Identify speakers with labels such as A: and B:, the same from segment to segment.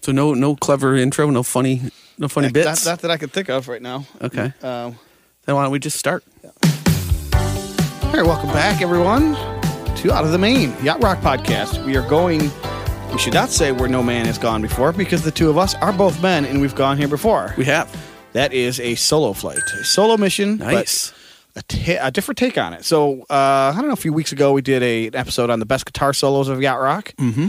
A: So no, no clever intro, no funny, no funny
B: Not-
A: bits.
B: Not, that I can think of right now.
A: okay.
B: Um,
A: Then why don't we just start?
B: all right, welcome back, everyone, to Out of the Main Yacht Rock Podcast. We are going. We should not say where no man has gone before because the two of us are both men and we've gone here before.
A: We have
B: That is a solo flight, a solo mission. but
A: nice.
B: a, ta- a different take on it. So uh, I don't know. A few weeks ago, we did a, an episode on the best guitar solos of yacht rock, mm-hmm.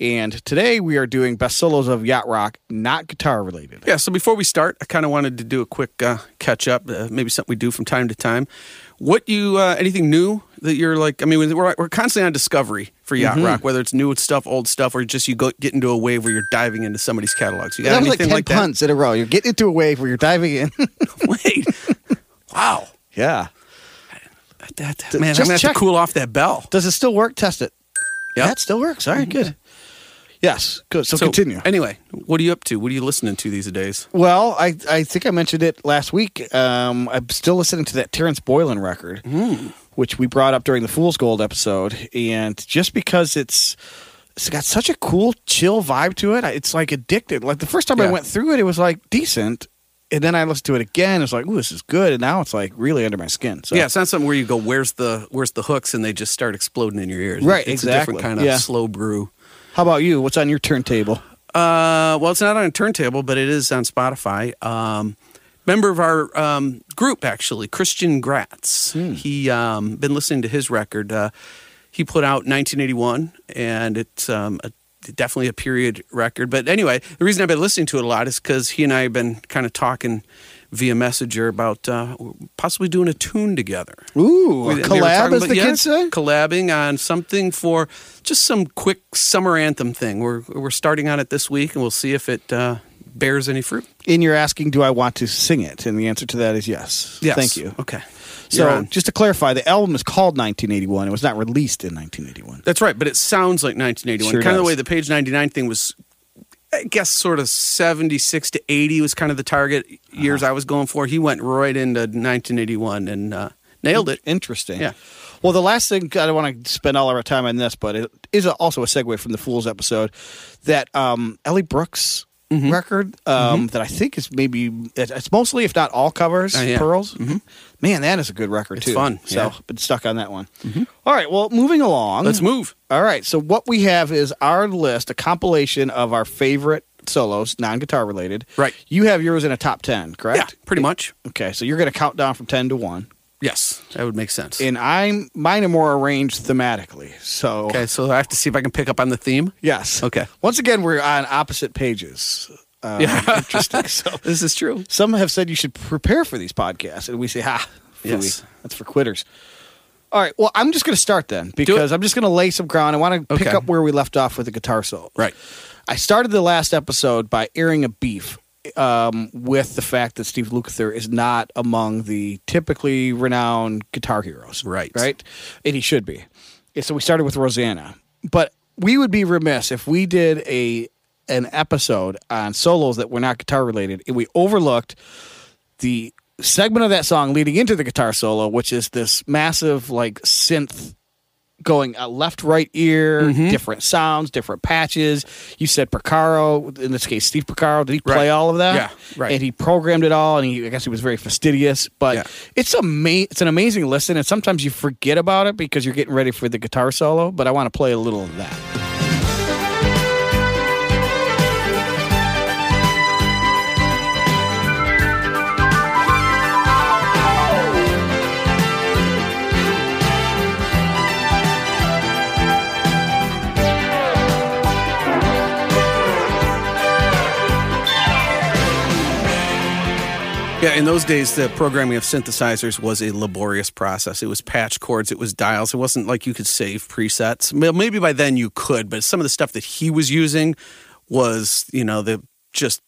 B: and today we are doing best solos of yacht rock, not guitar related.
A: Yeah, so before we start, I kind of wanted to do a quick uh, catch up, uh, maybe something we do from time to time. What you, uh, anything new that you're like, I mean, we're, we're constantly on discovery for Yacht
B: Mm-hmm.
A: Rock, whether it's new stuff, old stuff, or just you go, get into a wave where you're diving into somebody's catalogs. You got
B: that was like
A: anything
B: ten
A: like,
B: punts in a row. You're getting into a wave where you're diving in.
A: that? Wait. wow.
B: yeah.
A: That, man,
B: just
A: I'm going to have
B: check.
A: to cool off that bell.
B: Does it still work? Test it.
A: Yep.
B: That still works. All right, good. Yes, good. So, continue.
A: Anyway, what are you up to? What are you listening to these days?
B: Well, I, I think I mentioned it last week. Um, I'm still listening to that Terrence Boylan record, which we brought up during the Fool's Gold episode. And just because it's it's got such a cool, chill vibe to it, I- it's like addicted. Like the first time I
A: Yeah.
B: went through it, it was like decent. And then I listened to it again. It's like, ooh, this is good. And now it's like really under my skin. So
A: yeah, it's not something where you go, "Where's the where's the hooks?" and they just start exploding in your ears.
B: Right,
A: it's a
B: exactly.
A: different kind of
B: Yeah.
A: slow brew.
B: How about you? What's on your turntable?
A: Uh, well, it's not on a turntable, but it is on Spotify. Um, member of our um, group, actually, Christian Gratz.
B: Hmm.
A: He um, been listening to his record. Uh, he put out 1981, and it's um, a, definitely a period record. But anyway, the reason I've been listening to it a lot is because he and I have been kind of talking via messenger about uh, possibly doing a tune together.
B: Ooh, a
A: We- they were
B: collab,
A: talking
B: as
A: about-
B: the
A: yeah,
B: kids say?
A: Collabing on something for just some quick summer anthem thing. We're we're starting on it this week, and we'll see if it uh, bears any fruit.
B: And you're asking, do I want to sing it? And the answer to that is yes.
A: Yes.
B: Thank you.
A: Okay. You're
B: So,
A: on.
B: just to clarify, the album is called 1981. It was not released in 1981.
A: That's right, but it sounds like 1981. kind
B: Sure
A: of
B: does.
A: the way the page 99 thing was, I guess, sort of 76 to 80 was kind of the target
B: Uh-huh.
A: years I was going for. He went right into 1981 and uh, nailed it.
B: Interesting.
A: Yeah.
B: Well, the last thing I don't want to spend all our time on this, but it is also a segue from the Fools episode. That um, Ellie Brooks
A: Mm-hmm.
B: record um, that I think is maybe it- it's mostly, if not all, covers
A: Oh, yeah.
B: pearls. Man, that is a good record too.
A: fun,
B: So,
A: yeah. Mm-hmm.
B: been stuck on that one. All right. Well, moving along.
A: Let's move.
B: All right. So what we have is our list, a compilation of our favorite solos, non-guitar related.
A: Right.
B: You have yours in a top ten,
A: Yeah,
B: correct?
A: pretty much.
B: Okay. So you're going to count down from ten to one,
A: Yes, that would make sense.
B: and I'm mine are more arranged thematically. So
A: Okay, so I have to see if I can pick up on the theme.
B: yes.
A: Okay.
B: Once again, we're on opposite pages. Um,
A: Yeah.
B: Interesting. So
A: This is true.
B: some have said you should prepare for these podcasts, and we say, ha, fooey,
A: Yes.
B: that's for quitters. All right. Well, I'm just going to start then because I'm just going to lay some ground. I want to pick
A: Okay.
B: up where we left off with the guitar solo.
A: Right.
B: I started the last episode by airing a beef um, with the fact that Steve Lukather is not among the typically renowned guitar heroes.
A: Right.
B: Right. And he should be. And so we started with Rosanna. But we would be remiss if we did a an episode on solos that were not guitar related and we overlooked the segment of that song leading into the guitar solo, which is this massive like synth going uh, left, right ear,
A: Mm-hmm.
B: different sounds, different patches. You said Picaro, in this case, Steve Picaro. Did he play
A: Right.
B: all of that?
A: Yeah, right.
B: And he programmed it all, and he, I guess he was very fastidious. But
A: Yeah.
B: it's ama- It's an amazing listen, and sometimes you forget about it because you're getting ready for the guitar solo. But I want to play a little of that.
A: Yeah, in those days, the programming of synthesizers was a laborious process. It was patch cords, it was dials. It wasn't like you could save presets. Well, Maybe by then you could, but some of the stuff that he was using was, you know, the just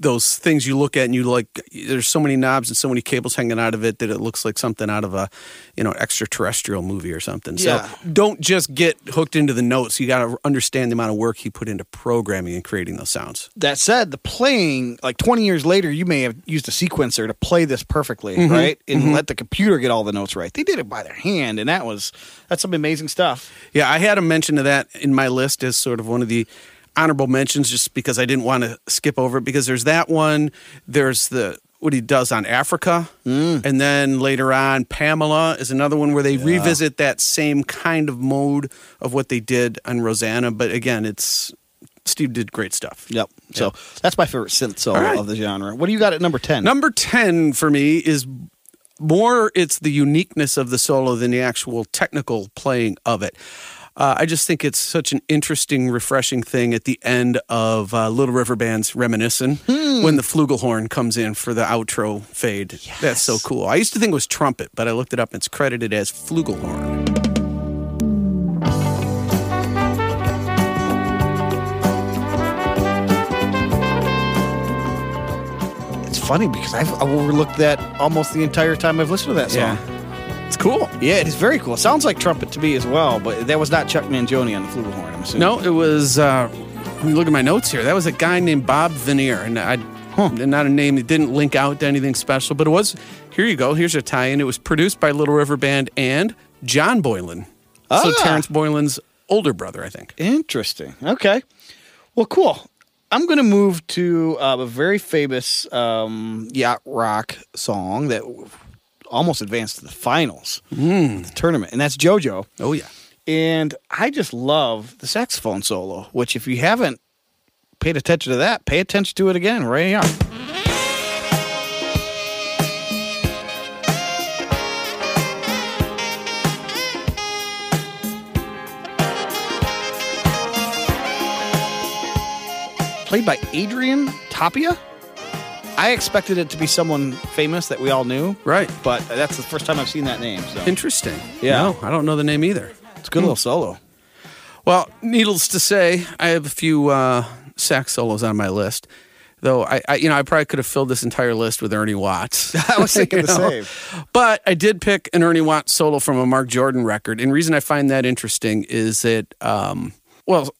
A: those things you look at and you like. There's so many knobs and so many cables hanging out of it that it looks like something out of a, you know, extraterrestrial movie or something.
B: Yeah.
A: So don't just get hooked into the notes. You got to understand the amount of work he put into programming and creating those sounds.
B: that said, the playing, like 20 years later, you may have used a sequencer to play this perfectly,
A: Mm-hmm.
B: right? And let the computer get all the notes right. They did it by their hand, and that was, that's some amazing stuff.
A: Yeah, I had a mention of that in my list as sort of one of the honorable mentions just because I didn't want to skip over it because there's that one. There's the what he does on Africa, and then later on Pamela is another one where they revisit that same kind of mode of what they did on Rosanna. But again, it's Steve did great stuff.
B: Yep. So that's my favorite synth solo
A: All right.
B: of the genre. What do you got at number 10?
A: Number 10 for me is more it's the uniqueness of the solo than the actual technical playing of it. Uh, I just think it's such an interesting, refreshing thing at the end of uh, Little River Band's Reminiscent when the flugelhorn comes in for the outro fade. That's so cool. I used to think it was trumpet, but I looked it up and it's credited as flugelhorn.
B: It's funny because I've, I've overlooked that almost the entire time I've listened to that song. Yeah.
A: It's cool.
B: it is very cool. It sounds like trumpet to me as well, but that was not Chuck Mangione on the flugelhorn, I'm assuming.
A: No, it was. Uh, let me look at my notes here. That was a guy named Bob Veneer, and I not a name that didn't link out to anything special, but it was. Here you go. Here's a tie-in. It was produced by Little River Band and John Boylan, so
B: Ah.
A: Terrence Boylan's older brother, I think.
B: Interesting. Okay. Well, cool. I'm going to move to uh, a very famous um, yacht rock song that almost advanced to the finals of the tournament, and that's JoJo.
A: Oh yeah,
B: And I just love the saxophone solo, which, if you haven't paid attention to that, pay attention to it again right here. Played by Adrian Tapia. I expected it to be someone famous that we all knew,
A: right.
B: but that's the first time I've seen that name. So
A: Interesting.
B: Yeah.
A: No, I don't know the name either.
B: it's a good little solo.
A: Well, needless to say, I have a few uh, sax solos on my list. Though I, I, you know, I probably could have filled this entire list with Ernie Watts.
B: I was thinking
A: You
B: the
A: know?
B: same.
A: But I did pick an Ernie Watts solo from a Mark Jordan record. And reason I find that interesting is that, um, well,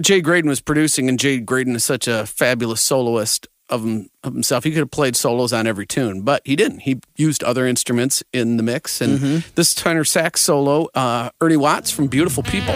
A: Jay Graydon was producing, and Jay Graydon is such a fabulous soloist of, him, of himself. He could have played solos on every tune, but he didn't. He used other instruments in the mix. And
B: Mm-hmm.
A: this tenor sax solo, uh, Ernie Watts from Beautiful People.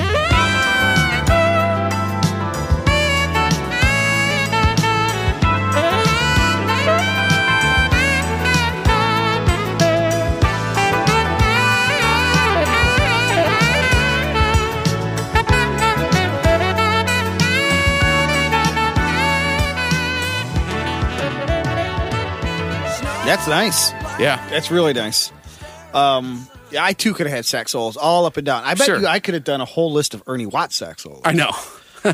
B: That's nice.
A: Yeah.
B: That's really nice. Um, yeah, I too could have had sax solos all up and down. I bet
A: Sure.
B: you I could have done a whole list of Ernie Watts sax solos,
A: I know.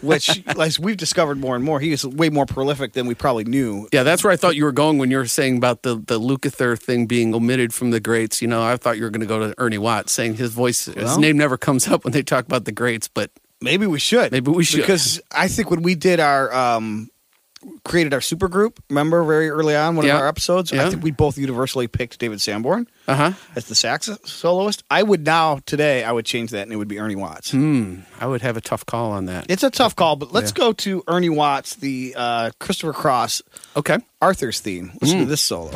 B: which, as we've discovered more and more, he is way more prolific than we probably knew.
A: Yeah, that's where I thought you were going when you were saying about the the Lukather thing being omitted from the greats. You know, I thought you were going to go to Ernie Watts, saying his voice, his
B: Well-
A: name never comes up when they talk about the greats. But
B: Maybe we should.
A: Maybe we should.
B: Because I think when we did our um, created our super group, remember very early on one
A: Yeah.
B: of our episodes,
A: Yeah.
B: I think we both universally picked David Sanborn
A: uh huh,
B: as the sax soloist. I would now today I would change that and it would be Ernie Watts.
A: Hmm. I would have a tough call on that.
B: It's a tough call, but let's go to Ernie Watts, the uh, Christopher Cross
A: okay,
B: Arthur's theme. Listen to this solo.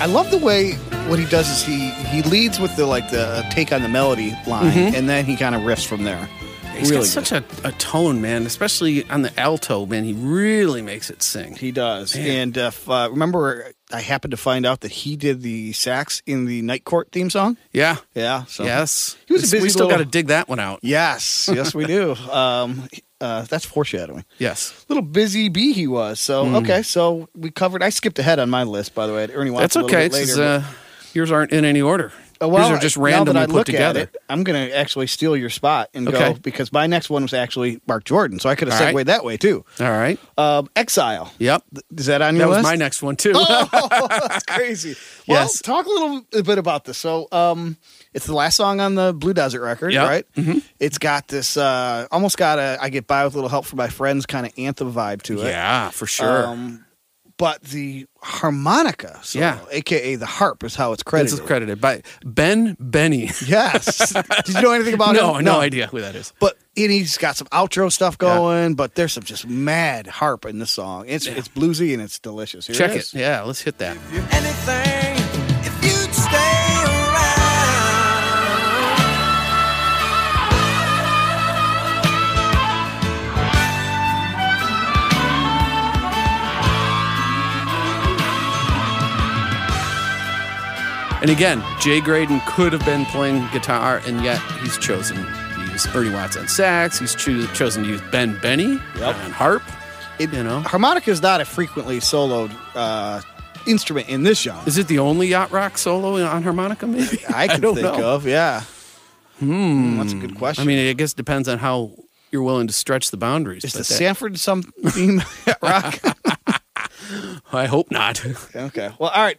B: I love the way what he does is he he leads with the like the take on the melody line, and then he kind of riffs from there.
A: he's
B: really
A: got
B: good.
A: such a, a tone, man, especially on the alto. Man, he really makes it sing.
B: He does. And if, uh, remember, I happened to find out that he did the sax in the Night Court theme song.
A: Yeah,
B: Yeah. So.
A: yes,
B: He was a
A: It's-
B: busy
A: We still
B: little-
A: got to dig that one out.
B: Yes. Yes, we do. um, uh, that's foreshadowing.
A: Yes,
B: Little busy bee he was. So
A: Hmm.
B: okay. So we covered. I skipped ahead on my list, by the way. I had Ernie Watts.
A: that's
B: a little
A: okay.
B: Bit later,
A: It's, uh, yours aren't in any order.
B: but- Uh, well,
A: These are just
B: now that
A: randomly
B: I
A: put
B: look at
A: together.
B: it, I'm going to actually steal your spot and
A: Okay.
B: go because my next one was actually Mark Jordan, so I could have
A: All right.
B: segued that way too.
A: All right.
B: Um, Exile.
A: Yep.
B: Is that on your
A: That was
B: list?
A: my next one too.
B: oh, that's crazy. Well,
A: Yes.
B: talk a little bit about this. So, um, it's the last song on the Blue Desert record,
A: Yep. Mm-hmm.
B: right? It's got this uh, almost got a I get by with a little help from my friends kind of anthem vibe to it.
A: yeah, for sure.
B: Um, but the harmonica, so,
A: Yeah.
B: aka the harp, is how
A: This
B: it's credited.
A: is credited by Ben Benny.
B: Yes. Did you know anything about
A: no,
B: him?
A: no idea who that is.
B: But and he's got some outro stuff going, but there's some just mad harp in this song. It's it's bluesy and it's delicious. Here
A: Check
B: it.
A: it.
B: is.
A: Yeah, let's hit that.
C: anything if you'd stay around.
A: And again, Jay Graydon could have been playing guitar, and yet he's chosen to use Bernie Watts on sax. He's choo- chosen to use Ben Benny on harp.
B: It-
A: You know.
B: harmonica is not a frequently soloed uh, instrument in this genre.
A: Is it the only yacht rock solo on harmonica? Maybe
B: I can
A: don't
B: think
A: know.
B: of. Yeah. Hmm. That's a good question.
A: I mean, I guess it depends on how you're willing to stretch the boundaries.
B: is
A: but
B: the
A: that-
B: Sanford some theme rock?
A: I hope not.
B: okay. Well, all right.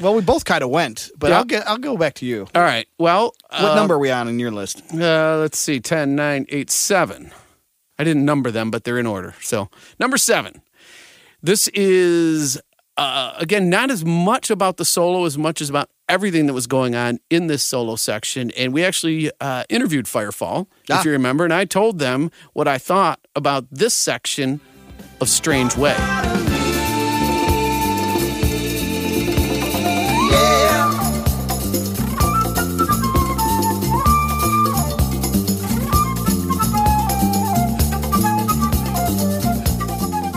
B: Well, we both kind of went, but
A: Yeah.
B: I'll get. I'll go back to you.
A: All right. Well,
B: What
A: uh,
B: number are we on in your list?
A: Uh, let's see, 10, 9, 8, 7. I didn't number them, but they're in order. So, number seven. This is, uh, again, not as much about the solo as much as about everything that was going on in this solo section. And we actually uh, interviewed Firefall,
B: Ah.
A: if you remember, and I told them what I thought about this section of Strange Way.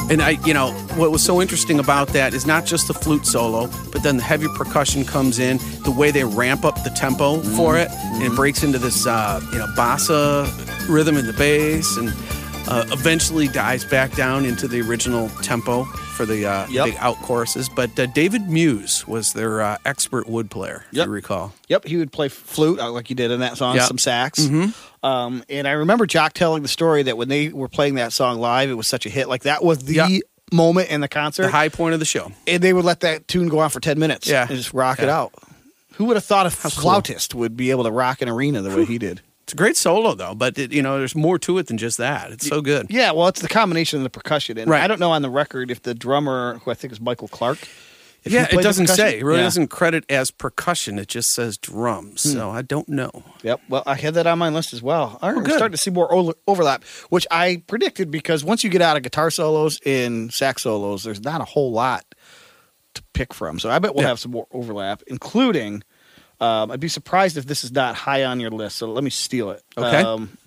A: And I, you know, what was so interesting about that is not just the flute solo, but then the heavy percussion comes in, the way they ramp up the tempo for it, and
B: Mm-hmm.
A: it breaks into this, uh, you know, bossa rhythm in the bass, and uh, eventually dies back down into the original tempo for the uh,
B: Yep.
A: big out choruses. But uh, David Muse was their uh, expert wood player, if
B: Yep.
A: you recall.
B: Yep, he would play flute uh, like you did in that song,
A: Yeah. Mm-hmm.
B: some sax. Um, and I remember Jock telling the story that when they were playing that song live, it was such a hit. Like that was the
A: Yeah.
B: moment in the concert,
A: The high point of the show.
B: and they would let that tune go on for ten minutes.
A: Yeah.
B: and just rock it
A: Yeah.
B: out. Who would have thought a flautist would be able to rock an arena the way he did?
A: It's a great solo, though, but, it, you know, there's more to it than just that. It's so good.
B: Yeah, well, it's the combination of the percussion, and
A: Right.
B: I don't know on the record if the drummer, who I think is Michael Clark, if he
A: yeah,
B: played
A: it
B: the
A: doesn't
B: percussion?
A: say. It really
B: Yeah. Hmm.
A: doesn't credit as percussion. It just says drums. So I don't know.
B: Yep. Well, I had that on my list as well. All right, we're
A: Oh, good.
B: starting to see more o- overlap, which I predicted because once you get out of guitar solos and sax solos, there's not a whole lot to pick from. So I bet we'll
A: Yeah.
B: have some more overlap, including. Um, I'd be surprised if this is not high on your list. So let me steal it.
A: Okay.
B: Um,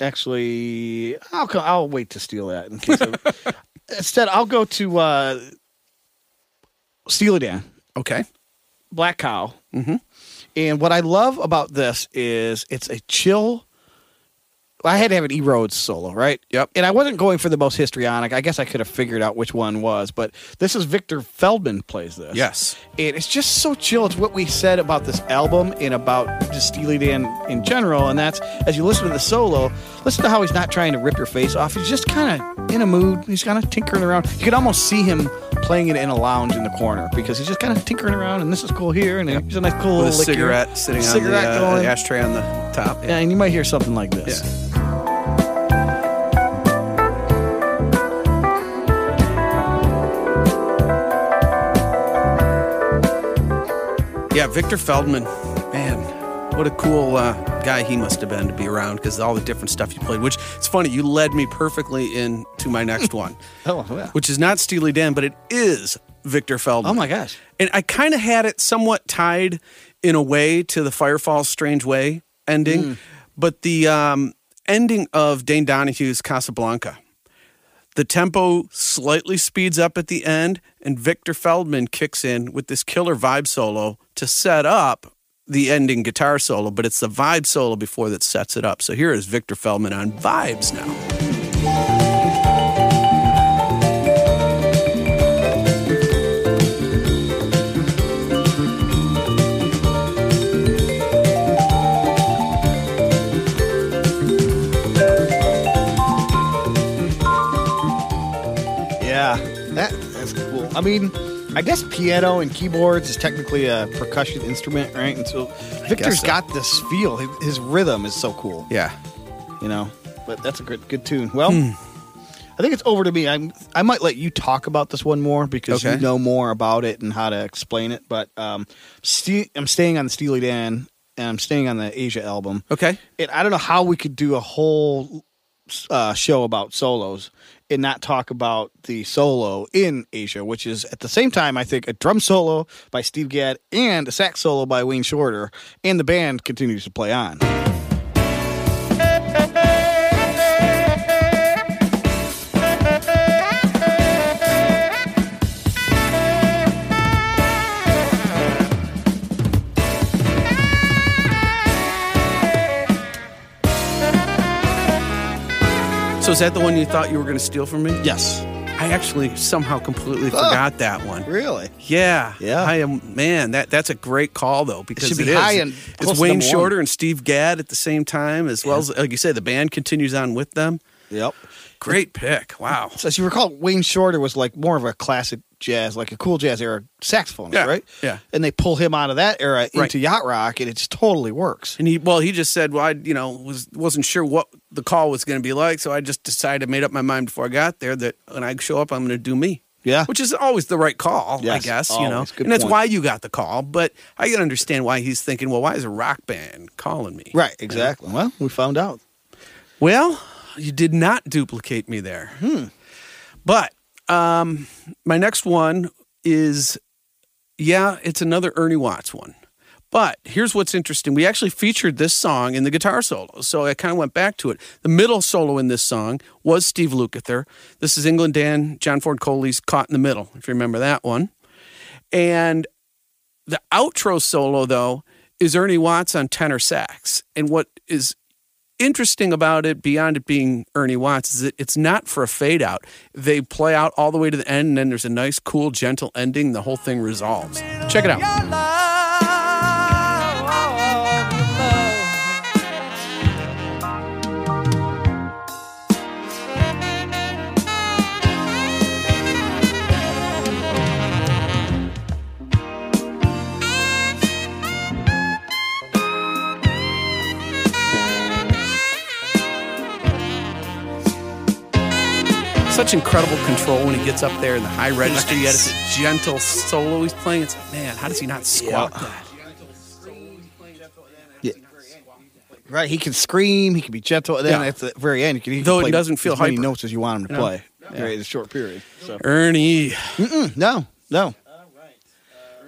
B: actually, I'll co- I'll wait to steal that in case. of- instead, I'll go to uh, Steely Dan.
A: Okay.
B: Black Cow. Mm-hmm. And what I love about this is it's a chill. I had to have an E Rhodes solo, right?
A: Yep.
B: And I wasn't going for the most histrionic. I guess I could have figured out which one was, but this is Victor Feldman plays this.
A: Yes.
B: And it's just so chill. It's what we said about this album and about just Steely Dan in general. And that's as you listen to the solo, listen to how he's not trying to rip your face off. He's just kind of in a mood. He's kind of tinkering around. You can almost see him playing it in a lounge in the corner because he's just kind of tinkering around. And this is cool here. And he's a nice cool
A: With a
B: little lick here.
A: cigarette sitting
B: Cigarette
A: on the, uh,
B: going.
A: ashtray on the top.
B: Yeah,
A: Yeah.
B: and you might hear something like this.
A: Yeah, Victor Feldman. Man, what a cool uh, guy he must have been to be around because all the different stuff you played, which it's funny, you led me perfectly into my next one,
B: Oh, yeah.
A: which is not Steely Dan, but it is Victor Feldman.
B: Oh, my gosh.
A: And I kind of had it somewhat tied in a way to the Firefall Strange Way ending,
B: Mm.
A: but the um, ending of Dane Donahue's Casablanca. The tempo slightly speeds up at the end, and Victor Feldman kicks in with this killer vibe solo to set up the ending guitar solo, but it's the vibe solo before that sets it up. So here is Victor Feldman on vibes now.
B: Yeah, that, that's cool. I mean, I guess piano and keyboards is technically a percussion instrument, right? And so Victor's
A: so.
B: got this feel. His, his rhythm is so cool,
A: Yeah.
B: you know. But that's a good good tune. Well,
A: Hmm.
B: I think it's over to me. I'm I might let you talk about this one more because you
A: Okay.
B: know more about it and how to explain it. But um, ste- I'm staying on the Steely Dan and I'm staying on the Asia album.
A: Okay.
B: And I don't know how we could do a whole uh, show about solos and not talk about the solo in Asia, which is at the same time, I think, a drum solo by Steve Gadd and a sax solo by Wayne Shorter, and the band continues to play on.
A: So is that the one you thought you were going to steal from me?
B: Yes.
A: I actually somehow completely forgot that one.
B: Really?
A: Yeah,
B: Yeah.
A: I am man. That that's a great call though because
B: should be
A: is.
B: high and
A: it's
B: close to
A: Wayne
B: number one.
A: Shorter and Steve Gadd at the same time, as well as like you said, the band continues on with them.
B: Yep.
A: Great pick. Wow.
B: So as you recall, Wayne Shorter was like more of a classic jazz, like a cool jazz era saxophonist,
A: Yeah,
B: right?
A: yeah.
B: And they pull him out of that era
A: Right.
B: into yacht rock, and it just totally works.
A: And he well, he just said, well, I you know was wasn't sure what the call was going to be like, so I just decided, made up my mind before I got there that when I show up, I'm going to do me.
B: Yeah.
A: which is always the right call, I
B: Uh, Yes,
A: guess. You know,
B: always. Good
A: and that's
B: point.
A: why you got the call. But I can understand why he's thinking, well, why is a rock band calling me?
B: Right. Exactly. Well, we found out.
A: Well, you did not duplicate me there.
B: Hmm.
A: But um, my next one is, yeah, it's another Ernie Watts one. But here's what's interesting. We actually featured this song in the guitar solo. So I kind of went back to it. The middle solo in this song was Steve Lukather. This is England Dan, John Ford Coley's Caught in the Middle, if you remember that one. And the outro solo, though, is Ernie Watts on tenor sax. And what is interesting about it, beyond it being Ernie Watts, is that it's not for a fade out. They play out all the way to the end, and then there's a nice, cool, gentle ending. The whole thing resolves. Check it out.
C: Your love, love.
A: Such incredible control when he gets up there in the high register, yet it's a gentle solo he's playing. It's man, how does he not squat that?
B: Right. He can scream. He can be gentle. And then
A: Yeah.
B: at the very end, he can, he can
A: Though it
B: play
A: doesn't feel
B: as many
A: hyper.
B: notes as you want him to
A: You know?
B: play during a short period. So
A: Ernie.
B: Mm, no, no.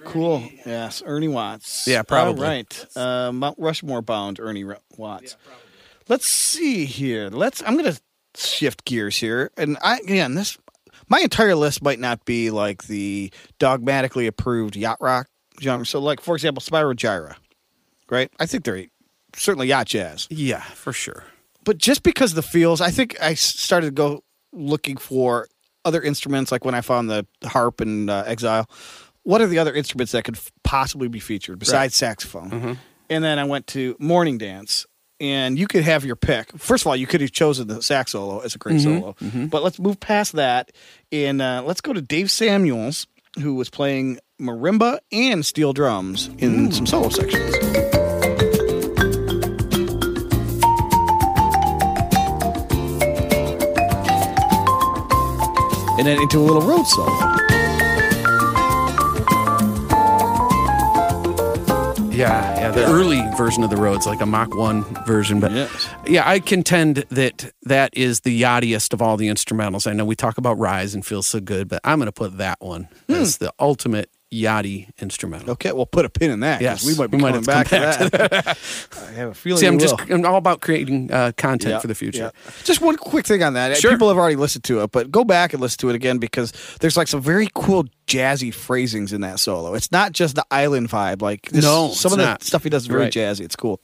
B: Cool. Yes, Ernie Watts.
A: Uh, Yeah, probably.
B: All right. Uh, Mount Rushmore bound Ernie Ru- Watts. Let's see here. Let's. I'm gonna shift gears here, and I again this. My entire list might not be like the dogmatically approved yacht rock genre. So, like for example, Spyro Gyra, right? I think they're certainly yacht jazz
A: Yeah, for sure.
B: but just because the feels, I think I s- started to go looking for other instruments, like when I found the harp and uh, Exile. What are the other instruments that could f- possibly be featured besides saxophone? And then I went to Morning Dance, and you could have your pick. First of all, you could have chosen the sax solo as a great solo, but let's move past that and uh, let's go to Dave Samuels, who was playing marimba and steel drums in some solo sections. and then into a little road solo.
A: Yeah, yeah. The early version of the road's like a Mach One version, but
B: Yes.
A: yeah, I contend that that is the yachtiest of all the instrumentals. I know we talk about Rise and Feel So Good, but I'm going to put that one
B: Hmm.
A: as the ultimate yachty instrumental.
B: Okay, we'll put a pin in that. 'cause
A: Yes,
B: we might be
A: we might
B: coming
A: have
B: back,
A: to come
B: to that. I have a feeling.
A: See, I'm
B: we
A: just
B: will.
A: I'm all about creating uh, content
B: Yeah,
A: for the future.
B: yeah. Just one quick thing on that.
A: Sure.
B: People have already listened to it, but go back and listen to it again because there's like some very cool jazzy phrasings in that solo. It's not just the island vibe. Like this-
A: No,
B: some
A: it's
B: of the
A: not.
B: stuff he does is very
A: Right.
B: jazzy. It's cool.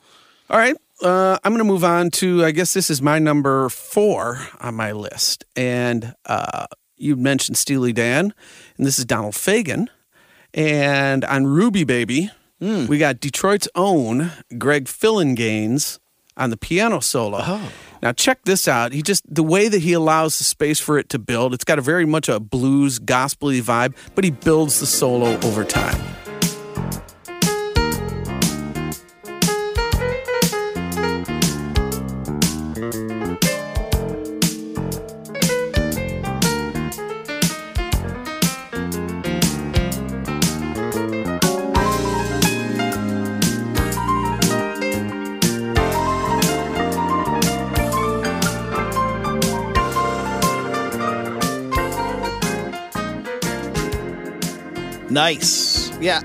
A: All right. Uh, I'm going to move on to, I guess this is my number four on my list. And uh, you mentioned Steely Dan, and this is Donald Fagen. And on Ruby Baby, we got Detroit's own Greg Fillinganes on the piano solo. Now check this out. He just the way that he allows the space for it to build. It's got a very much a blues gospely vibe, but he builds the solo over time. Nice.
B: Yeah.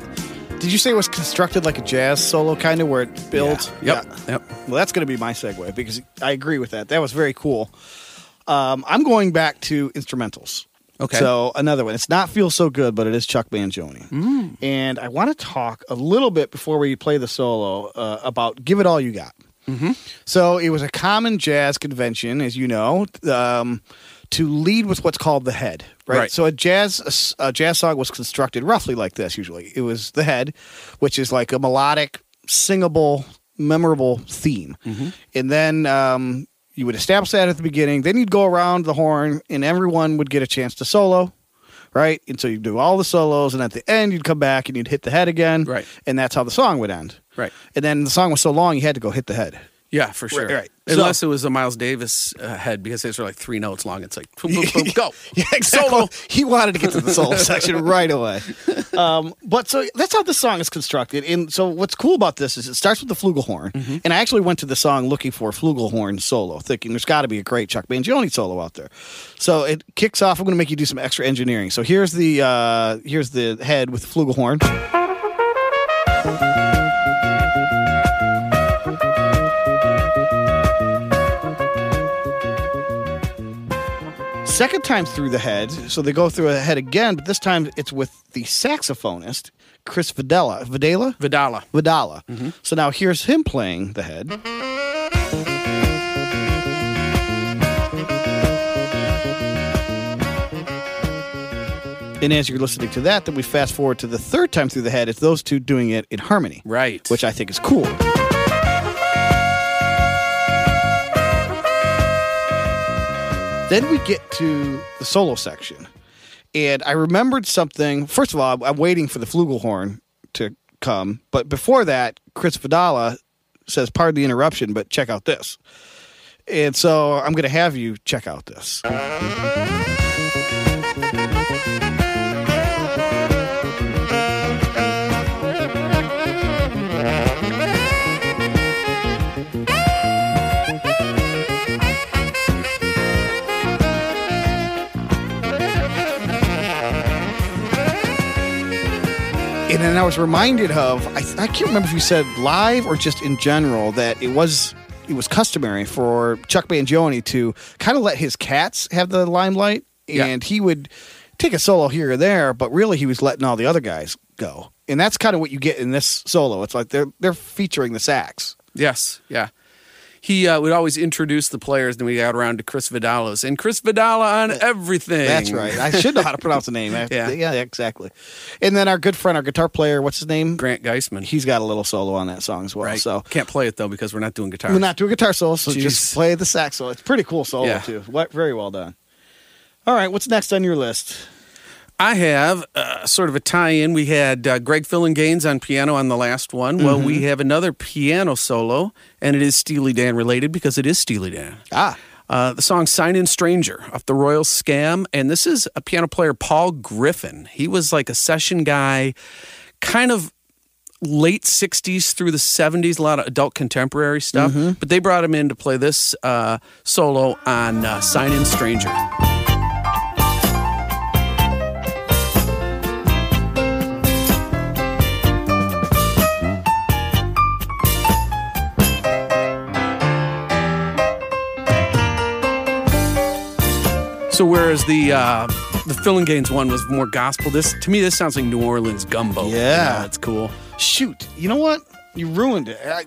B: Did you say it was constructed like a jazz solo kind of where it built?
A: Yep.
B: Yeah.
A: Yep.
B: Well, that's going to be my segue because I agree with that. That was very cool. Um, I'm going back to instrumentals.
A: Okay.
B: So another one. It's not Feel So Good, but it is Chuck Mangione. And I want to talk a little bit before we play the solo uh, about Give It All You Got. So it was a common jazz convention, as you know, um, to lead with what's called the head, right?
A: Right.
B: So a jazz a, jazz song was constructed roughly like this. Usually, it was the head, which is like a melodic, singable, memorable theme,
A: Mm-hmm.
B: and then. Um, you would establish that at the beginning. Then you'd go around the horn, and everyone would get a chance to solo, right? And so you'd do all the solos, and at the end, you'd come back and you'd hit the head again,
A: Right.
B: And that's how the song would end,
A: Right.
B: And then the song was so long, you had to go hit the head.
A: Yeah, for sure.
B: right.
A: Unless
B: So-
A: it was a Miles Davis uh, head because those are like three notes long. It's like boom, boom, boom, go.
B: Yeah, exactly.
A: Solo.
B: He wanted to get to the solo section right away. Um, but so that's how this song is constructed. And so what's cool about this is it starts with the flugelhorn. And I actually went to the song looking for a flugelhorn solo, thinking there's got to be a great Chuck Mangione solo out there. So it kicks off. I'm going to make you do some extra engineering. So here's the uh, here's the head with the flugelhorn. Second time through the head, so they go through a head again, but this time it's with the saxophonist Chris Videla. Videla.
A: Vidala.
B: Vidala. So now here's him playing the head. And as you're listening to that, then we fast forward to the third time through the head. It's those two doing it in harmony.
A: Right.
B: Which I think is cool. Then we get to the solo section. And I remembered something. First of all, I'm- I'm waiting for the flugelhorn to come. But before that, Chris Vidala says, Pardon the interruption, but check out this. And so I'm going to have you check out this. And then I was reminded of I, I can't remember if you said live or just in general that it was it was customary for Chuck Mangione to kind of let his cats have the limelight,
A: Yeah.
B: and he would take a solo here or there, but really he was letting all the other guys go, and that's kind of what you get in this solo. It's like they're they're featuring the sax.
A: Yes, yeah. He uh, would always introduce the players, then we got around to Chris Vidalos and Chris Vidala on everything.
B: That's right. I should know how to pronounce the name. I-
A: Yeah.
B: yeah, exactly. And then our good friend, our guitar player, what's his name?
A: Grant Geisman.
B: He's got a little solo on that song as well.
A: right.
B: So
A: can't play it though because we're not doing guitar.
B: We're not doing guitar solo, so
A: Jeez.
B: just play the sax solo. It's pretty cool solo
A: Yeah.
B: too. What, very well done. All right, what's next on your list?
A: I have uh, sort of a tie-in. We had uh, Greg Fillinganes on piano on the last one. Well, we
B: Mm-hmm.
A: have another piano solo, and it is Steely Dan related because it is Steely Dan.
B: Ah,
A: Uh, the song Sign In Stranger off the Royal Scam. And this is a piano player, Paul Griffin. He was like a session guy, kind of late 60s through the 70s, a lot of adult contemporary stuff. But they brought him in to play this uh, solo on uh, Sign In Stranger. So whereas the uh, the Fillinganes one was more gospel, this to me this sounds like New Orleans gumbo.
B: Yeah.
A: it's cool.
B: shoot! You know what? You ruined it. I,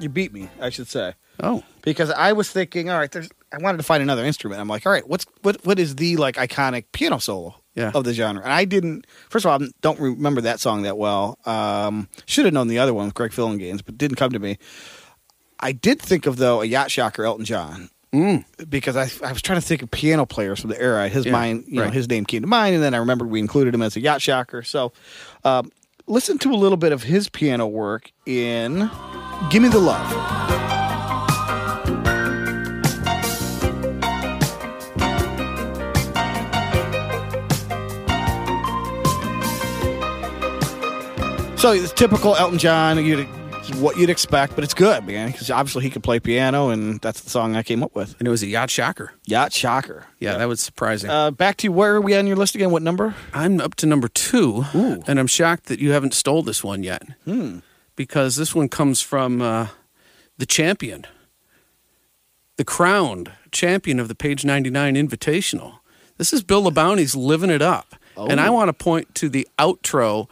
B: you beat me, I should say,
A: Oh,
B: because I was thinking, all right, there's. I wanted to find another instrument. I'm like, all right, what's what? What is the like iconic piano solo
A: Yeah.
B: of the genre? And I didn't. First of all, I don't remember that song that well. Um, should have known the other one with Greg Fillinganes, but didn't come to me. I did think of though a yacht shocker, Elton John.
A: mm.
B: because I, I was trying to think of piano players from the era. His
A: Yeah,
B: mind, you know,
A: right.
B: his name came to mind, and then I remembered we included him as a yacht shocker. So, um, listen to a little bit of his piano work in "Give Me the Love." So it's typical Elton John. You It's what you'd expect, but it's good, man. Because obviously he could play piano, and that's the song I came up with.
A: And it was a yacht shocker.
B: Yacht Shocker.
A: Yeah, that was surprising.
B: Uh, back to where are we on your list again? What number?
A: I'm up to number two,
B: Ooh.
A: and I'm shocked that you haven't stole this one yet. Hmm. Because this one comes from uh, the champion, the crowned champion of the Page 99 Invitational. This is Bill LeBounty's Living It Up.
B: Oh.
A: And I want to point to the outro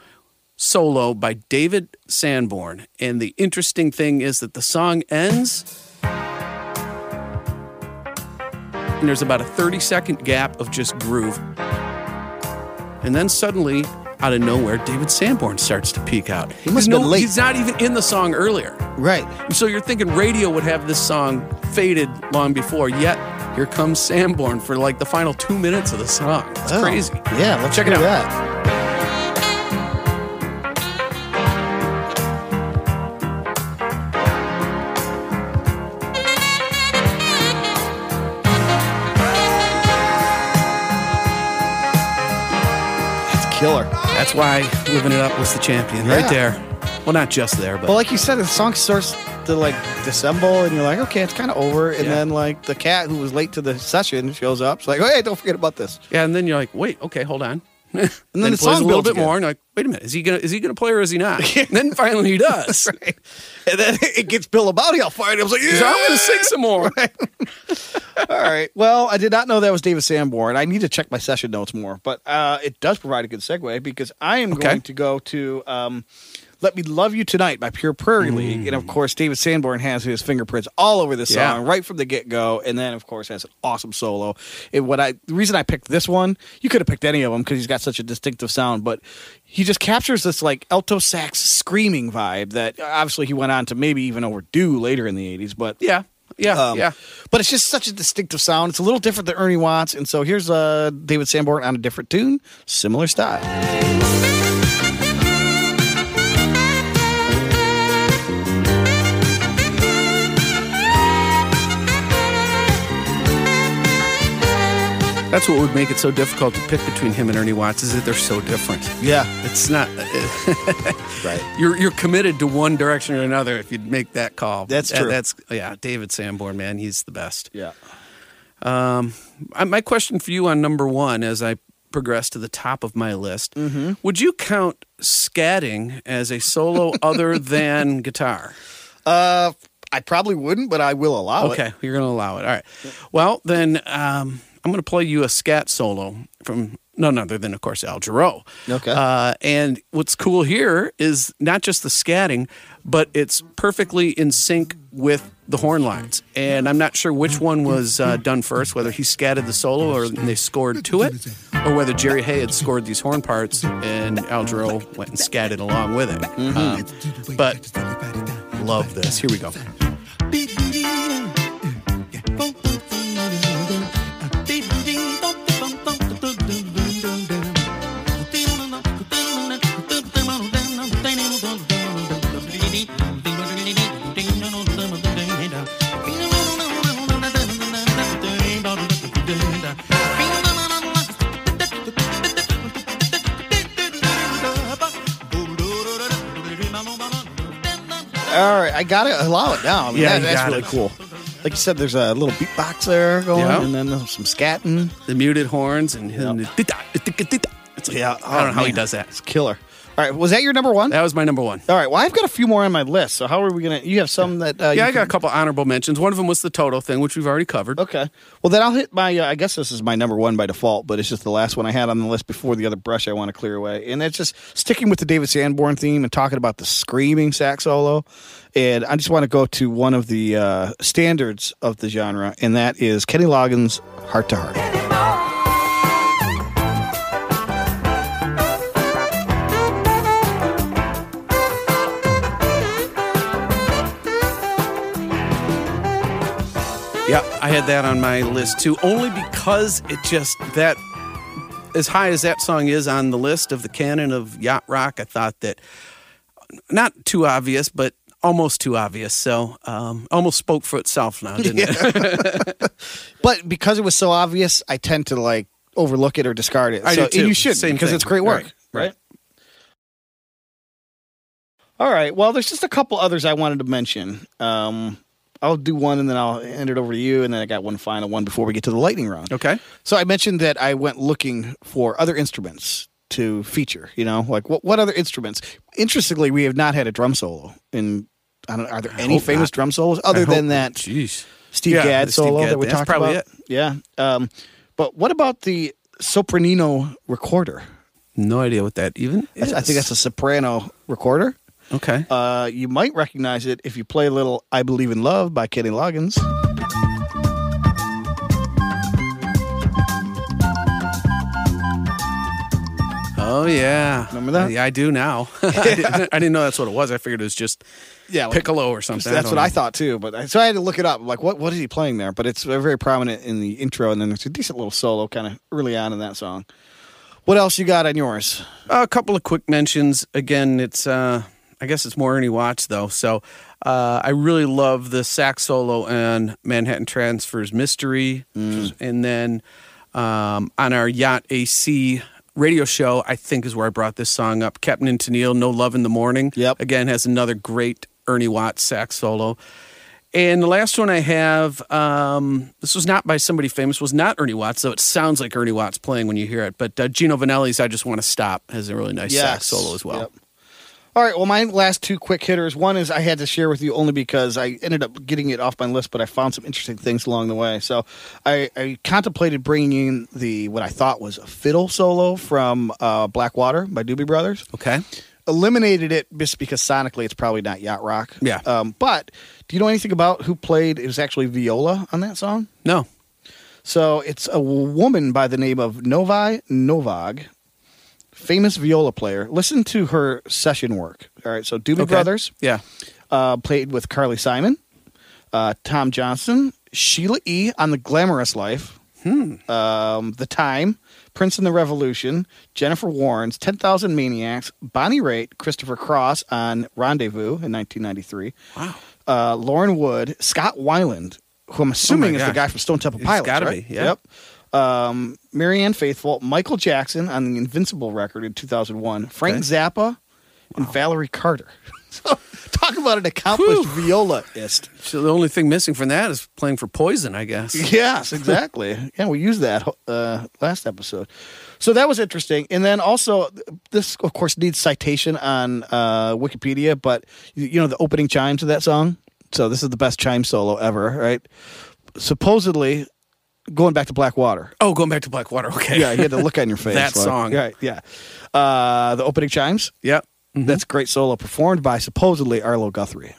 A: solo by David Sanborn. And the interesting thing is that the song ends, and there's about a 30 second gap of just groove. And then suddenly, out of nowhere, David Sanborn starts to peek out. He
B: must
A: he's,
B: have been late.
A: he's not even in the song earlier.
B: Right.
A: So you're thinking radio would have this song faded long before, yet here comes Sanborn for like the final two minutes of the song. It's crazy.
B: Yeah, let's
A: Check it
B: do
A: out.
B: That. That's killer.
A: That's why Living It Up was the champion right
B: Yeah.
A: there. Well, not just there, but
B: Well, like you said, the song starts to like dissemble, and you're like, okay, it's kind of over. And
A: Yeah.
B: then like the cat who was late to the session shows up. She's like, oh, hey, don't forget about this.
A: yeah. And then you're like, wait, okay, hold on. and then,
B: the
A: it plays
B: song
A: a little
B: builds
A: bit
B: again.
A: more, and you're like, wait a minute, is he gonna is he gonna play or is he not? and then finally he does.
B: And then it gets Bill Abadi all fired. I was like, yeah.
A: So I'm gonna sing some more.
B: all right. Well, I did not know that was David Sanborn. I need to check my session notes more, but uh, it does provide a good segue because I am
A: Okay.
B: going to go to um, "Let Me Love You Tonight" by Pure Prairie League, and of course, David Sanborn has his fingerprints all over this
A: Mm. Yeah.
B: song right from the get go, and then of course has an awesome solo. And what I the reason I picked this one, you could have picked any of them because he's got such a distinctive sound, but he just captures this like alto sax screaming vibe that obviously he went on to maybe even overdo later in the '80s, but
A: Yeah, yeah,
B: um,
A: yeah.
B: But it's just such a distinctive sound. It's a little different than Ernie Watts. And so here's uh, David Sanborn on a different tune, similar style.
A: That's what would make it so difficult to pick between him and Ernie Watts is that they're so different.
B: Yeah,
A: It's not.
B: right.
A: You're you're committed to one direction or another if you make that call.
B: That's
A: That-
B: true.
A: That's yeah. David Sanborn, man, he's the best.
B: Yeah.
A: I, my question for you on number one, as I progress to the top of my list,
B: Mm-hmm.
A: would you count scatting as a solo other than guitar?
B: Uh, I probably wouldn't, but I will allow it.
A: Okay, you're going to allow it. All right. Well, then um, I'm going to play you a scat solo from none other than, of course, Al Jarreau.
B: Okay.
A: Uh, and what's cool here is not just the scatting, but it's perfectly in sync with the horn lines. And I'm not sure which one was uh, done first, whether he scatted the solo or they scored to it, or whether Jerry Hay had scored these horn parts and Al Jarreau went and scatted along with it.
B: Mm-hmm.
A: Um, but love this. Here we go.
B: All right. I got to allow it now. I mean,
A: Yeah,
B: that-
A: you
B: that's
A: got
B: really
A: it.
B: cool. Like you said, there's a little beatbox there going,
A: Yeah.
B: and then there's some scatting.
A: the muted horns and him. It's like, I
B: Yeah,
A: don't
B: oh,
A: know how he
B: man.
A: does that.
B: It's killer. All right. Was that your number one?
A: That was my number one.
B: All right. Well, I've got a few more on my list. So how are we going to? You have some that. Uh,
A: Yeah,
B: you
A: I got a
B: can-
A: couple honorable mentions. One of them was the Toto thing, which we've already covered.
B: Okay. Well, then I'll hit my. Uh, I guess this is my number one by default, but it's just the last one I had on the list before the other brush I want to clear away, and that's just sticking with the David Sanborn theme and talking about the screaming sax solo. And I just want to go to one of the uh, standards of the genre, and that is Kenny Loggins' "Heart to Heart."
A: Yeah, I had that on my list too, only because it just that as high as that song is on the list of the canon of yacht rock, I thought that not too obvious, but almost too obvious. So um, almost spoke for itself now, didn't it?
B: But because it was so obvious, I tend to like overlook it or discard it.
A: I
B: so,
A: do, too.
B: And you should
A: Same
B: because
A: thing.
B: it's great work,
A: Right,
B: right?
A: right.
B: All right. Well, there's just a couple others I wanted to mention. Um, I'll do one and then I'll hand it over to you. And then I got one final one before we get to the lightning round.
A: Okay.
B: So I mentioned that I went looking for other instruments to feature. You know, like what what other instruments? Interestingly, we have not had a drum solo. In I don't are there any
A: hope
B: famous
A: not.
B: drum solos other
A: I hope-
B: than that
A: Jeez.
B: Steve
A: Yeah,
B: Gadd
A: the Steve
B: solo
A: Gadd
B: that we
A: thing. That's
B: talked
A: probably
B: about?
A: it.
B: Yeah. Um, but what about the Sopranino recorder?
A: No idea what that even
B: That's- I think
A: is.
B: that's a soprano recorder.
A: Okay.
B: Uh, you might recognize it if you play a little I Believe in Love by Kenny Loggins.
A: oh yeah.
B: remember that?
A: Yeah, I do now. I, didn't, I didn't know that's what it was. I figured it was just
B: Yeah, like-
A: piccolo or something.
B: that's
A: don't
B: what I
A: know.
B: thought too. But I, so I had to look it up. Like, what what is he playing there? But it's very prominent in the intro, and then there's a decent little solo kind of early on in that song. What else you got on yours?
A: A couple of quick mentions. Again, it's uh, I guess it's more Ernie Watts though. So uh, I really love the sax solo on Manhattan Transfers Mystery,
B: Mm.
A: and then um, on our Yacht AC radio show, I think is where I brought this song up. Captain and Tennille, No Love in the Morning.
B: Yep.
A: Again, has another great Ernie Watts sax solo. And the last one I have, um, this was not by somebody famous, was not Ernie Watts, though it sounds like Ernie Watts playing when you hear it. But uh, Gino Vanelli's "I Just Want to Stop" has a really nice sax solo as well.
B: Yep. All right. Well, my last two quick hitters. One is I had to share with you only because I ended up getting it off my list, but I found some interesting things along the way. So I, I contemplated bringing in the what I thought was a fiddle solo from uh, Blackwater by Doobie Brothers.
A: Okay,
B: eliminated it just because sonically it's probably not yacht rock.
A: Yeah.
B: Um, but do you know anything about who played? It was actually viola on that song.
A: no,
B: So it's a woman by the name of Novi Novag, famous viola player. Listen to her session work. All right. So Doobie
A: Okay.
B: Brothers
A: yeah,
B: uh, played with Carly Simon, uh, Tom Johnson, Sheila E. on The Glamorous Life, um, The Time, Prince and the Revolution, Jennifer Warrens, 10,000 Maniacs, Bonnie Raitt, Christopher Cross on Rendezvous in 1993,
A: wow,
B: uh, Lauren Wood, Scott Weiland, who I'm assuming is the
A: gosh.
B: guy from Stone Temple
A: It's
B: Pilots.
A: gotta
B: right?
A: be, yeah.
B: Yep. Um, Marianne Faithful, Michael Jackson on the Invincible record in 2001, Frank
A: Okay.
B: Zappa, and Valerie Carter. so talk about an accomplished violaist.
A: so the only thing missing from that is playing for Poison, I guess.
B: Yes, exactly. yeah, we used that uh, last episode. So that was interesting. And then also, this, of course, needs citation on uh, Wikipedia, but you you know the opening chime to that song? So this is the best chime solo ever, right? Supposedly, going back to Blackwater.
A: Oh, going back to Blackwater. Okay,
B: Yeah, you had to look on your face.
A: That song.
B: Right, yeah. Uh, the opening chimes.
A: yep.
B: That's a great solo performed by supposedly Arlo Guthrie.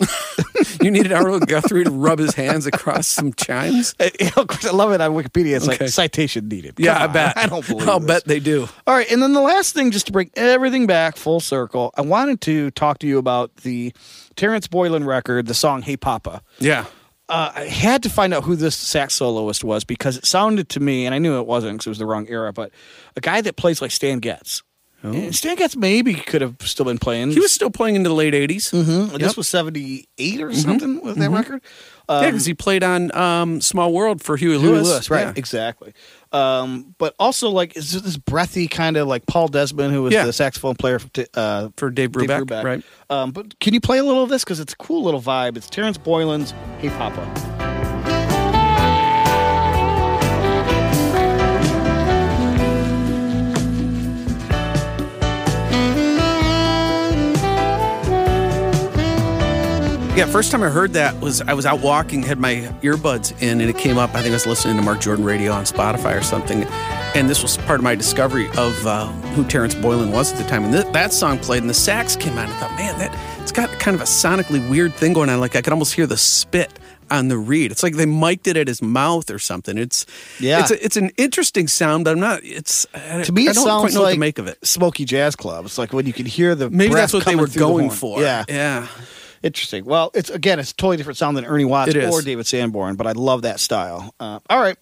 A: You needed Arlo Guthrie to rub his hands across some chimes.
B: Uh, of course, I love it on Wikipedia. It's
A: Okay.
B: like citation needed.
A: Yeah,
B: Come
A: I
B: on.
A: bet.
B: I don't believe.
A: I'll
B: this.
A: bet they do.
B: All right, and then the last thing, just to bring everything back full circle, I wanted to talk to you about the Terrence Boylan record, the song "Hey Papa."
A: Yeah.
B: Uh, I had to find out who this sax soloist was because it sounded to me, and I knew it wasn't because it was the wrong era, but a guy that plays like Stan Getz. And Stan Getz maybe could have still been playing.
A: Oh. He was still playing into the late 80s.
B: Mhm, This was '78
A: Mm-hmm.
B: or something with that record. Um,
A: yeah, because he played on um, Small World for Huey
B: Huey
A: Lewis.
B: Lewis, right?
A: Yeah.
B: Exactly. Um, but also like is this breathy kind of like Paul Desmond, who was
A: Yeah.
B: the saxophone player for, t- uh,
A: For Dave
B: Dave
A: Brubeck, right?
B: Um, but can you play a little of this because it's a cool little vibe? It's Terrence Boylan's "Hey Papa."
A: Yeah, first time I heard that was I was out walking, had my earbuds in, and it came up. I think I was listening to Mark Jordan radio on Spotify or something, and this was part of my discovery of uh, who Terrence Boylan was at the time. And th- that song played, and the sax came on. I thought, man, that it's got kind of a sonically weird thing going on. Like I could almost hear the spit on the reed. It's like they mic'd it at his mouth or something. It's
B: Yeah.
A: it's, a, it's an interesting sound, but I'm not. It's I,
B: To me,
A: I
B: it
A: don't
B: sounds
A: quite know
B: like
A: what to make of it.
B: Smoky Jazz Club. It's like when you can hear the
A: Maybe
B: breath
A: that's what they
B: coming
A: were
B: through the
A: going
B: horn.
A: for.
B: Yeah,
A: yeah.
B: interesting. Well, it's again, it's a totally different sound than Ernie Watts
A: It is.
B: or David Sanborn, but I love that style. Uh, all right,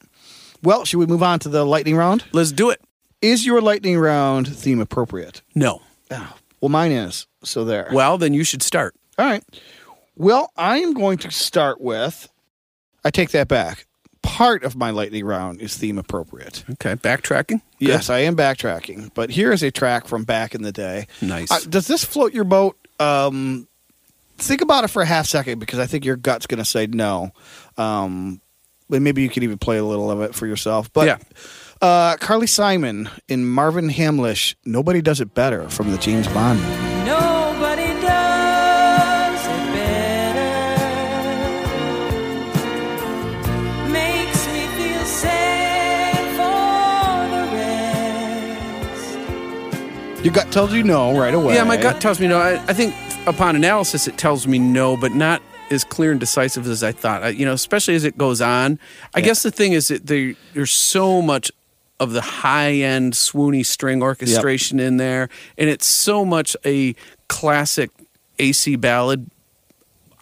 B: well, should we move on to the lightning round?
A: Let's do it.
B: Is your lightning round theme appropriate?
A: No.
B: Oh, well, mine is. So there.
A: Well, then you should start.
B: All right. Well, I am going to start with. I take that back. Part of my lightning round is theme appropriate.
A: Okay, backtracking.
B: Yes, I am backtracking, but here is a track from back in the day.
A: Nice.
B: Uh, does this float your boat? um, think about it for a half second because I think your gut's going to say no. Um, but maybe you could even play a little of it for yourself. But
A: Yeah.
B: uh, Carly Simon in Marvin Hamlish, Nobody Does It Better from the James Bond movie.
C: Nobody does it better. Makes me feel safe for the rest.
B: Your gut tells you no right away.
A: Yeah, my gut tells me no. I, I think upon analysis, it tells me no, but not as clear and decisive as I thought. I, you know, especially as it goes on. I guess the thing is that there, there's so much of the high end swoony string orchestration in there, and it's so much a classic AC ballad.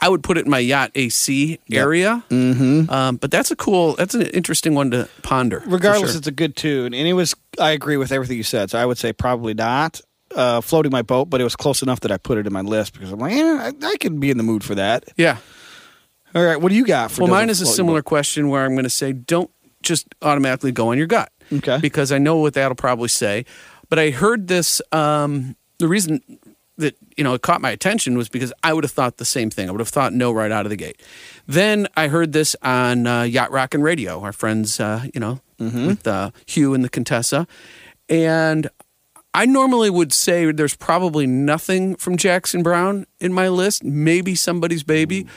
A: I would put it in my yacht AC area, mm-hmm. um, but that's a cool, that's an interesting one to ponder. for
B: Regardless,
A: sure.
B: it's a good tune, and it was. I agree with everything you said, so I would say probably not. Uh, floating my boat, but it was close enough that I put it in my list because I'm like, eh, I, I can be in the mood for that.
A: yeah.
B: All right, what do you got? for
A: Well,
B: Doesn't
A: mine is a
B: Float Your
A: similar
B: Boat?
A: question where I'm going to say, don't just automatically go on your gut.
B: Okay.
A: Because I know what that'll probably say. But I heard this. Um, the reason that you know it caught my attention was because I would have thought the same thing. I would have thought no right out of the gate. Then I heard this on uh, Yacht Rock and Radio, our friends, uh, you know,
B: Mm-hmm.
A: with uh, Hugh and the Contessa, and. I normally would say there's probably nothing from Jackson Brown in my list, maybe somebody's baby,
B: Mm.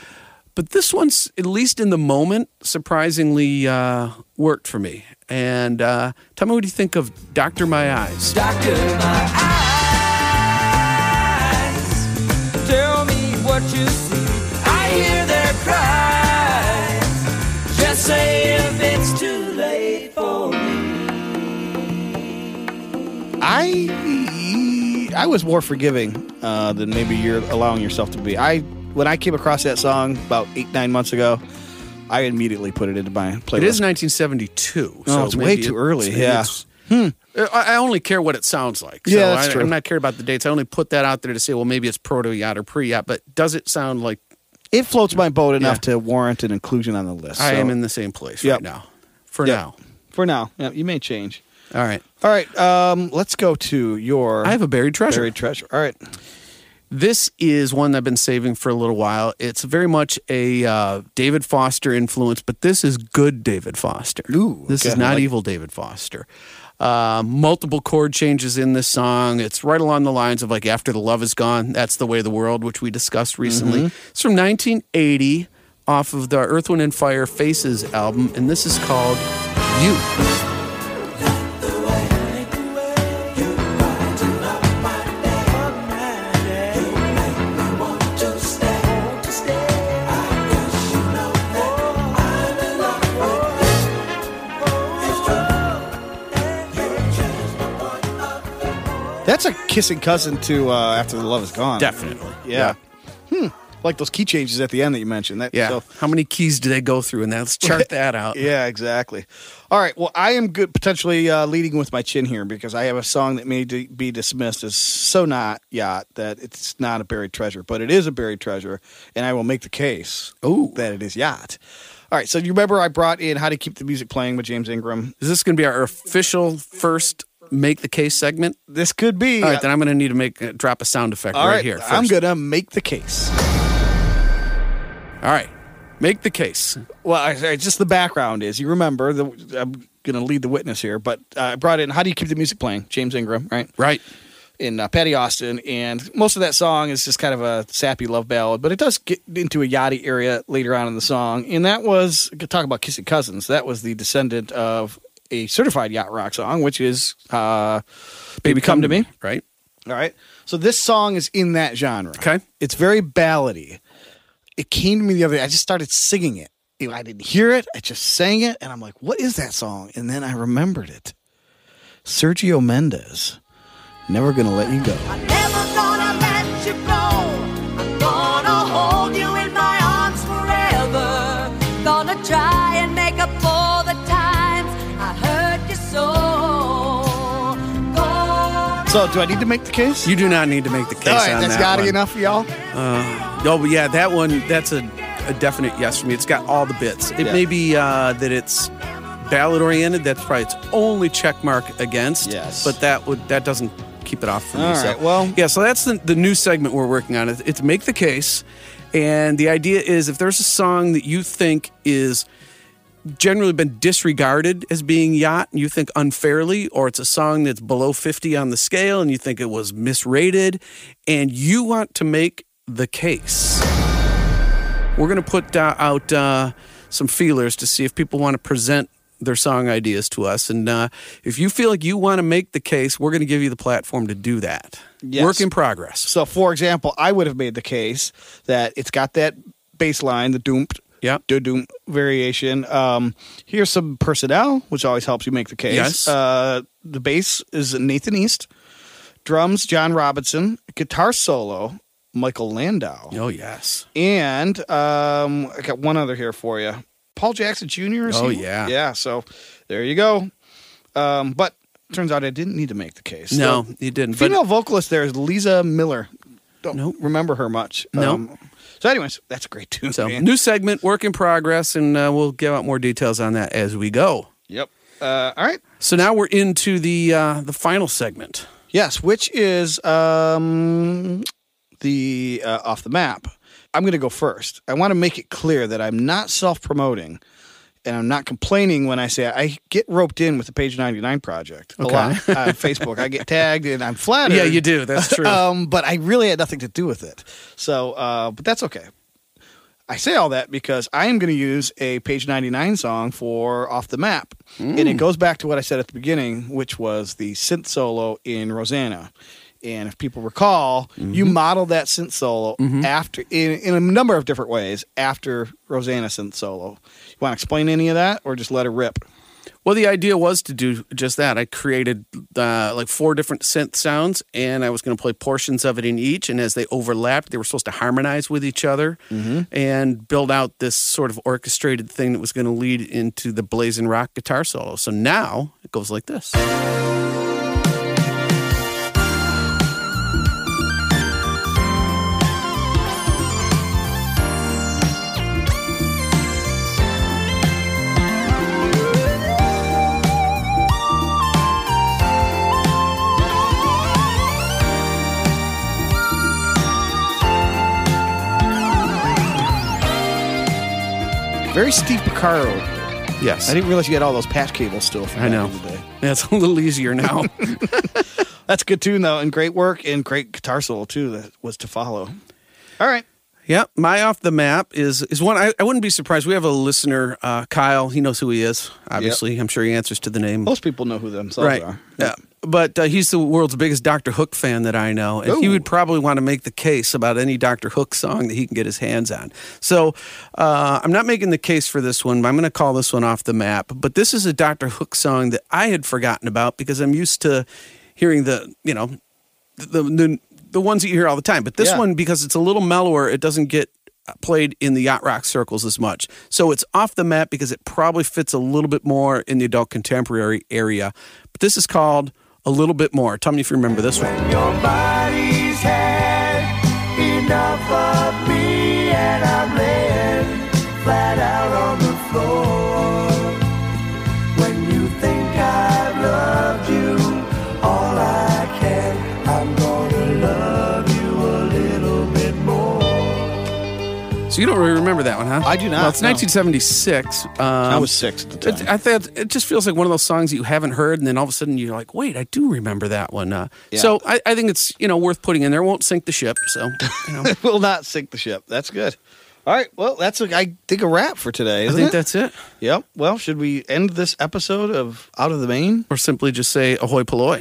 A: but this one's at least in the moment surprisingly uh, worked for me and uh, tell me what you think of doctor my eyes
C: Doctor, my eyes tell me what you see. I hear their cries. Just say if it's too late for me.
B: I I was more forgiving uh, than maybe you're allowing yourself to be. I when I came across that song about eight nine months ago, I immediately put it into my
A: it
B: playlist.
A: is 1972
B: Oh,
A: so
B: it's way
A: maybe
B: too early,
A: maybe
B: yeah.
A: it's- hmm. I I only care what it sounds like. So
B: Yeah, that's
A: I,
B: true.
A: I'm not care about the dates. I only put that out there to say, well, maybe it's proto yacht or pre yacht, but does it sound like
B: It floats my boat enough
A: Yeah.
B: to warrant an inclusion on the list.
A: I
B: so-
A: am in the same place
B: Yep.
A: right now? For
B: Yep.
A: now.
B: for now. Yeah, you may change.
A: All right.
B: All right, um, let's go to your
A: I have a buried treasure.
B: buried treasure. All right,
A: This is one that I've been saving for a little while. It's very much a uh, David Foster influence, but this is good David Foster.
B: Ooh,
A: this
B: okay.
A: is not
B: I like-
A: evil David Foster. Uh, multiple chord changes in this song. It's right along the lines of like "After the Love Is Gone," "That's the Way of the World," which we discussed recently.
B: Mm-hmm.
A: It's from 1980, off of the Earth, Wind and Fire Faces album, and this is called "You."
B: that's a kissing cousin to uh, after the love is gone.
A: Definitely,
B: yeah. Hmm. Like those key changes at the end that you mentioned. That,
A: yeah.
B: so-
A: How many keys do they go through? And let's chart that out.
B: yeah, exactly. All right. Well, I am good potentially uh, leading with my chin here because I have a song that may d- be dismissed as so not yacht that it's not a buried treasure, but it is a buried treasure, and I will make the case
A: Ooh.
B: that it is yacht. All right. So you remember I brought in "How to Keep the Music Playing" with James Ingram.
A: Is this going to be our official first make the case segment?
B: This could be
A: All right, then I'm going to need to make uh, drop a sound effect
B: All
A: right,
B: right,
A: here.
B: I'm
A: first.
B: gonna make the case.
A: All right, make the case.
B: Well, I, I- just the background is you remember the, I'm gonna lead the witness here, but uh, I brought in how do you keep the music playing? James Ingram, right?
A: Right.
B: In uh, Patty Austin, and most of that song is just kind of a sappy love ballad, but it does get into a yachty area later on in the song, and that was talk about kissing cousins. That was the descendant of a certified yacht rock song, which is uh, "Baby Come to Me."
A: Right.
B: All right. So this song is in that genre.
A: Okay.
B: It's very ballady. It came to me the other day. I just started singing it. You know, I didn't hear it. I just sang it. And I'm like, what is that song? And then I remembered it. Sergio Mendez. Never gonna let you go.
D: Never gonna let you go. I'm gonna hold you in my arms forever. Gonna try and make up for the times I hurt you so. Gonna
B: So do I need to make the case?
A: You do not need to make the case
B: All right,
A: on
B: that's
A: that
B: yachty
A: one.
B: enough, y'all.
A: Oh, but yeah, that one. That's a, a definite yes for me. It's got all the bits. It
B: Yeah.
A: may be uh, that it's ballad oriented. That's probably its only check mark against.
B: Yes.
A: But that would that doesn't keep it off for me.
B: All
A: So,
B: right, well-
A: yeah. So that's the the new segment we're working on. It's, it's make the case, and the idea is if there's a song that you think is generally been disregarded as being yacht and you think unfairly or it's a song that's below 50 on the scale and you think it was misrated and you want to make the case we're going to put uh, out uh, some feelers to see if people want to present their song ideas to us and uh, if you feel like you want to make the case we're going to give you the platform to do that
B: Yes.
A: work in progress
B: So, for example, I would have made the case that it's got that bass line, the doomed,
A: Yep.
B: doom variation. Um, here's some personnel, which always helps you make the case.
A: Yes.
B: Uh, the bass is Nathan East, drums John Robinson, guitar solo Michael Landau,
A: oh yes
B: and um, I got one other here for you, Paul Jackson Jr. is
A: Oh,
B: he?
A: yeah.
B: yeah. So there you go. Um, but turns out I didn't need to make the case.
A: no
B: So
A: you didn't but-
B: female vocalist there is Lisa Miller. Don't
A: Nope.
B: remember her much. Um,
A: Nope.
B: so, anyways, that's a great tune.
A: so
B: man.
A: new segment work in progress and uh, we'll give out more details on that as we go
B: Yep. Uh, all right.
A: So now we're into the uh, the final segment.
B: Yes, which is um, the uh, off the map. I'm going to go first. I want to make it clear that I'm not self promoting, and I'm not complaining when I say I get roped in with the Page 99 project a
A: Okay.
B: lot on Facebook. I get tagged, and I'm flattered.
A: Yeah, you do. That's true.
B: um, but I really had nothing to do with it. So, uh, but that's okay. I say all that because I am going to use a page 99 song for Off the Map. And
A: Mm.
B: it goes back to what I said at the beginning, which was the synth solo in Rosanna. And if people recall, you
A: Mm-hmm.
B: modeled that synth solo after in, in a number of different ways after Rosanna synth solo. You want to explain any of that or just let it rip?
A: well, the idea was to do just that. I created uh, like four different synth sounds, and I was going to play portions of it in each. And as they overlapped, they were supposed to harmonize with each other and build out this sort of orchestrated thing that was going to lead into the blazing rock guitar solo. So now it goes like this.
B: Very Steve Picaro.
A: Yes,
B: I didn't realize you had all those patch cables still from
A: I
B: back
A: know.
B: in the day.
A: That's a little easier now.
B: That's a good tune though, and great work and great guitar solo too. That was to follow. All right,
A: Yeah, my off the map is is one. I, I wouldn't be surprised. We have a listener, uh, Kyle. He knows who he is. Obviously, I'm sure he answers to the name.
B: most people know who themselves
A: right.
B: are.
A: Yeah. But uh, he's the world's biggest Doctor Hook fan that I know, and he
B: Ooh.
A: would probably want to make the case about any Doctor Hook song that he can get his hands on. So uh, I'm not making the case for this one, but I'm going to call this one off the map. But this is a Doctor Hook song that I had forgotten about because I'm used to hearing the you know the the, the ones that you hear all the time. But this
B: Yeah.
A: one, because it's a little mellower, it doesn't get played in the yacht rock circles as much. So it's off the map because it probably fits a little bit more in the adult contemporary area. But this is called a little bit more. Tell me if you remember this one.
C: Your body's had enough of me, and I'm laying flat out on the floor. When you think I've loved you, all I can, I'm gonna love you a little bit more.
A: So you don't really remember that one, huh?
B: I do not,
A: Well, it's
B: no.
A: 1976. Um,
B: I was six at the time.
A: It, I thought it just feels like one of those songs that you haven't heard, and then all of a sudden you're like, "Wait, I do remember that one." Uh,
B: Yeah.
A: So I, I think it's you know worth putting in there. Won't sink the ship. So you know, I
B: Will not sink the ship. That's good. All right, well, that's a, I think a wrap for today. Isn't
A: think
B: it?
A: that's it.
B: Yep. Well, should we end this episode of Out of the Main?
A: Or simply just say "Ahoy Polloy."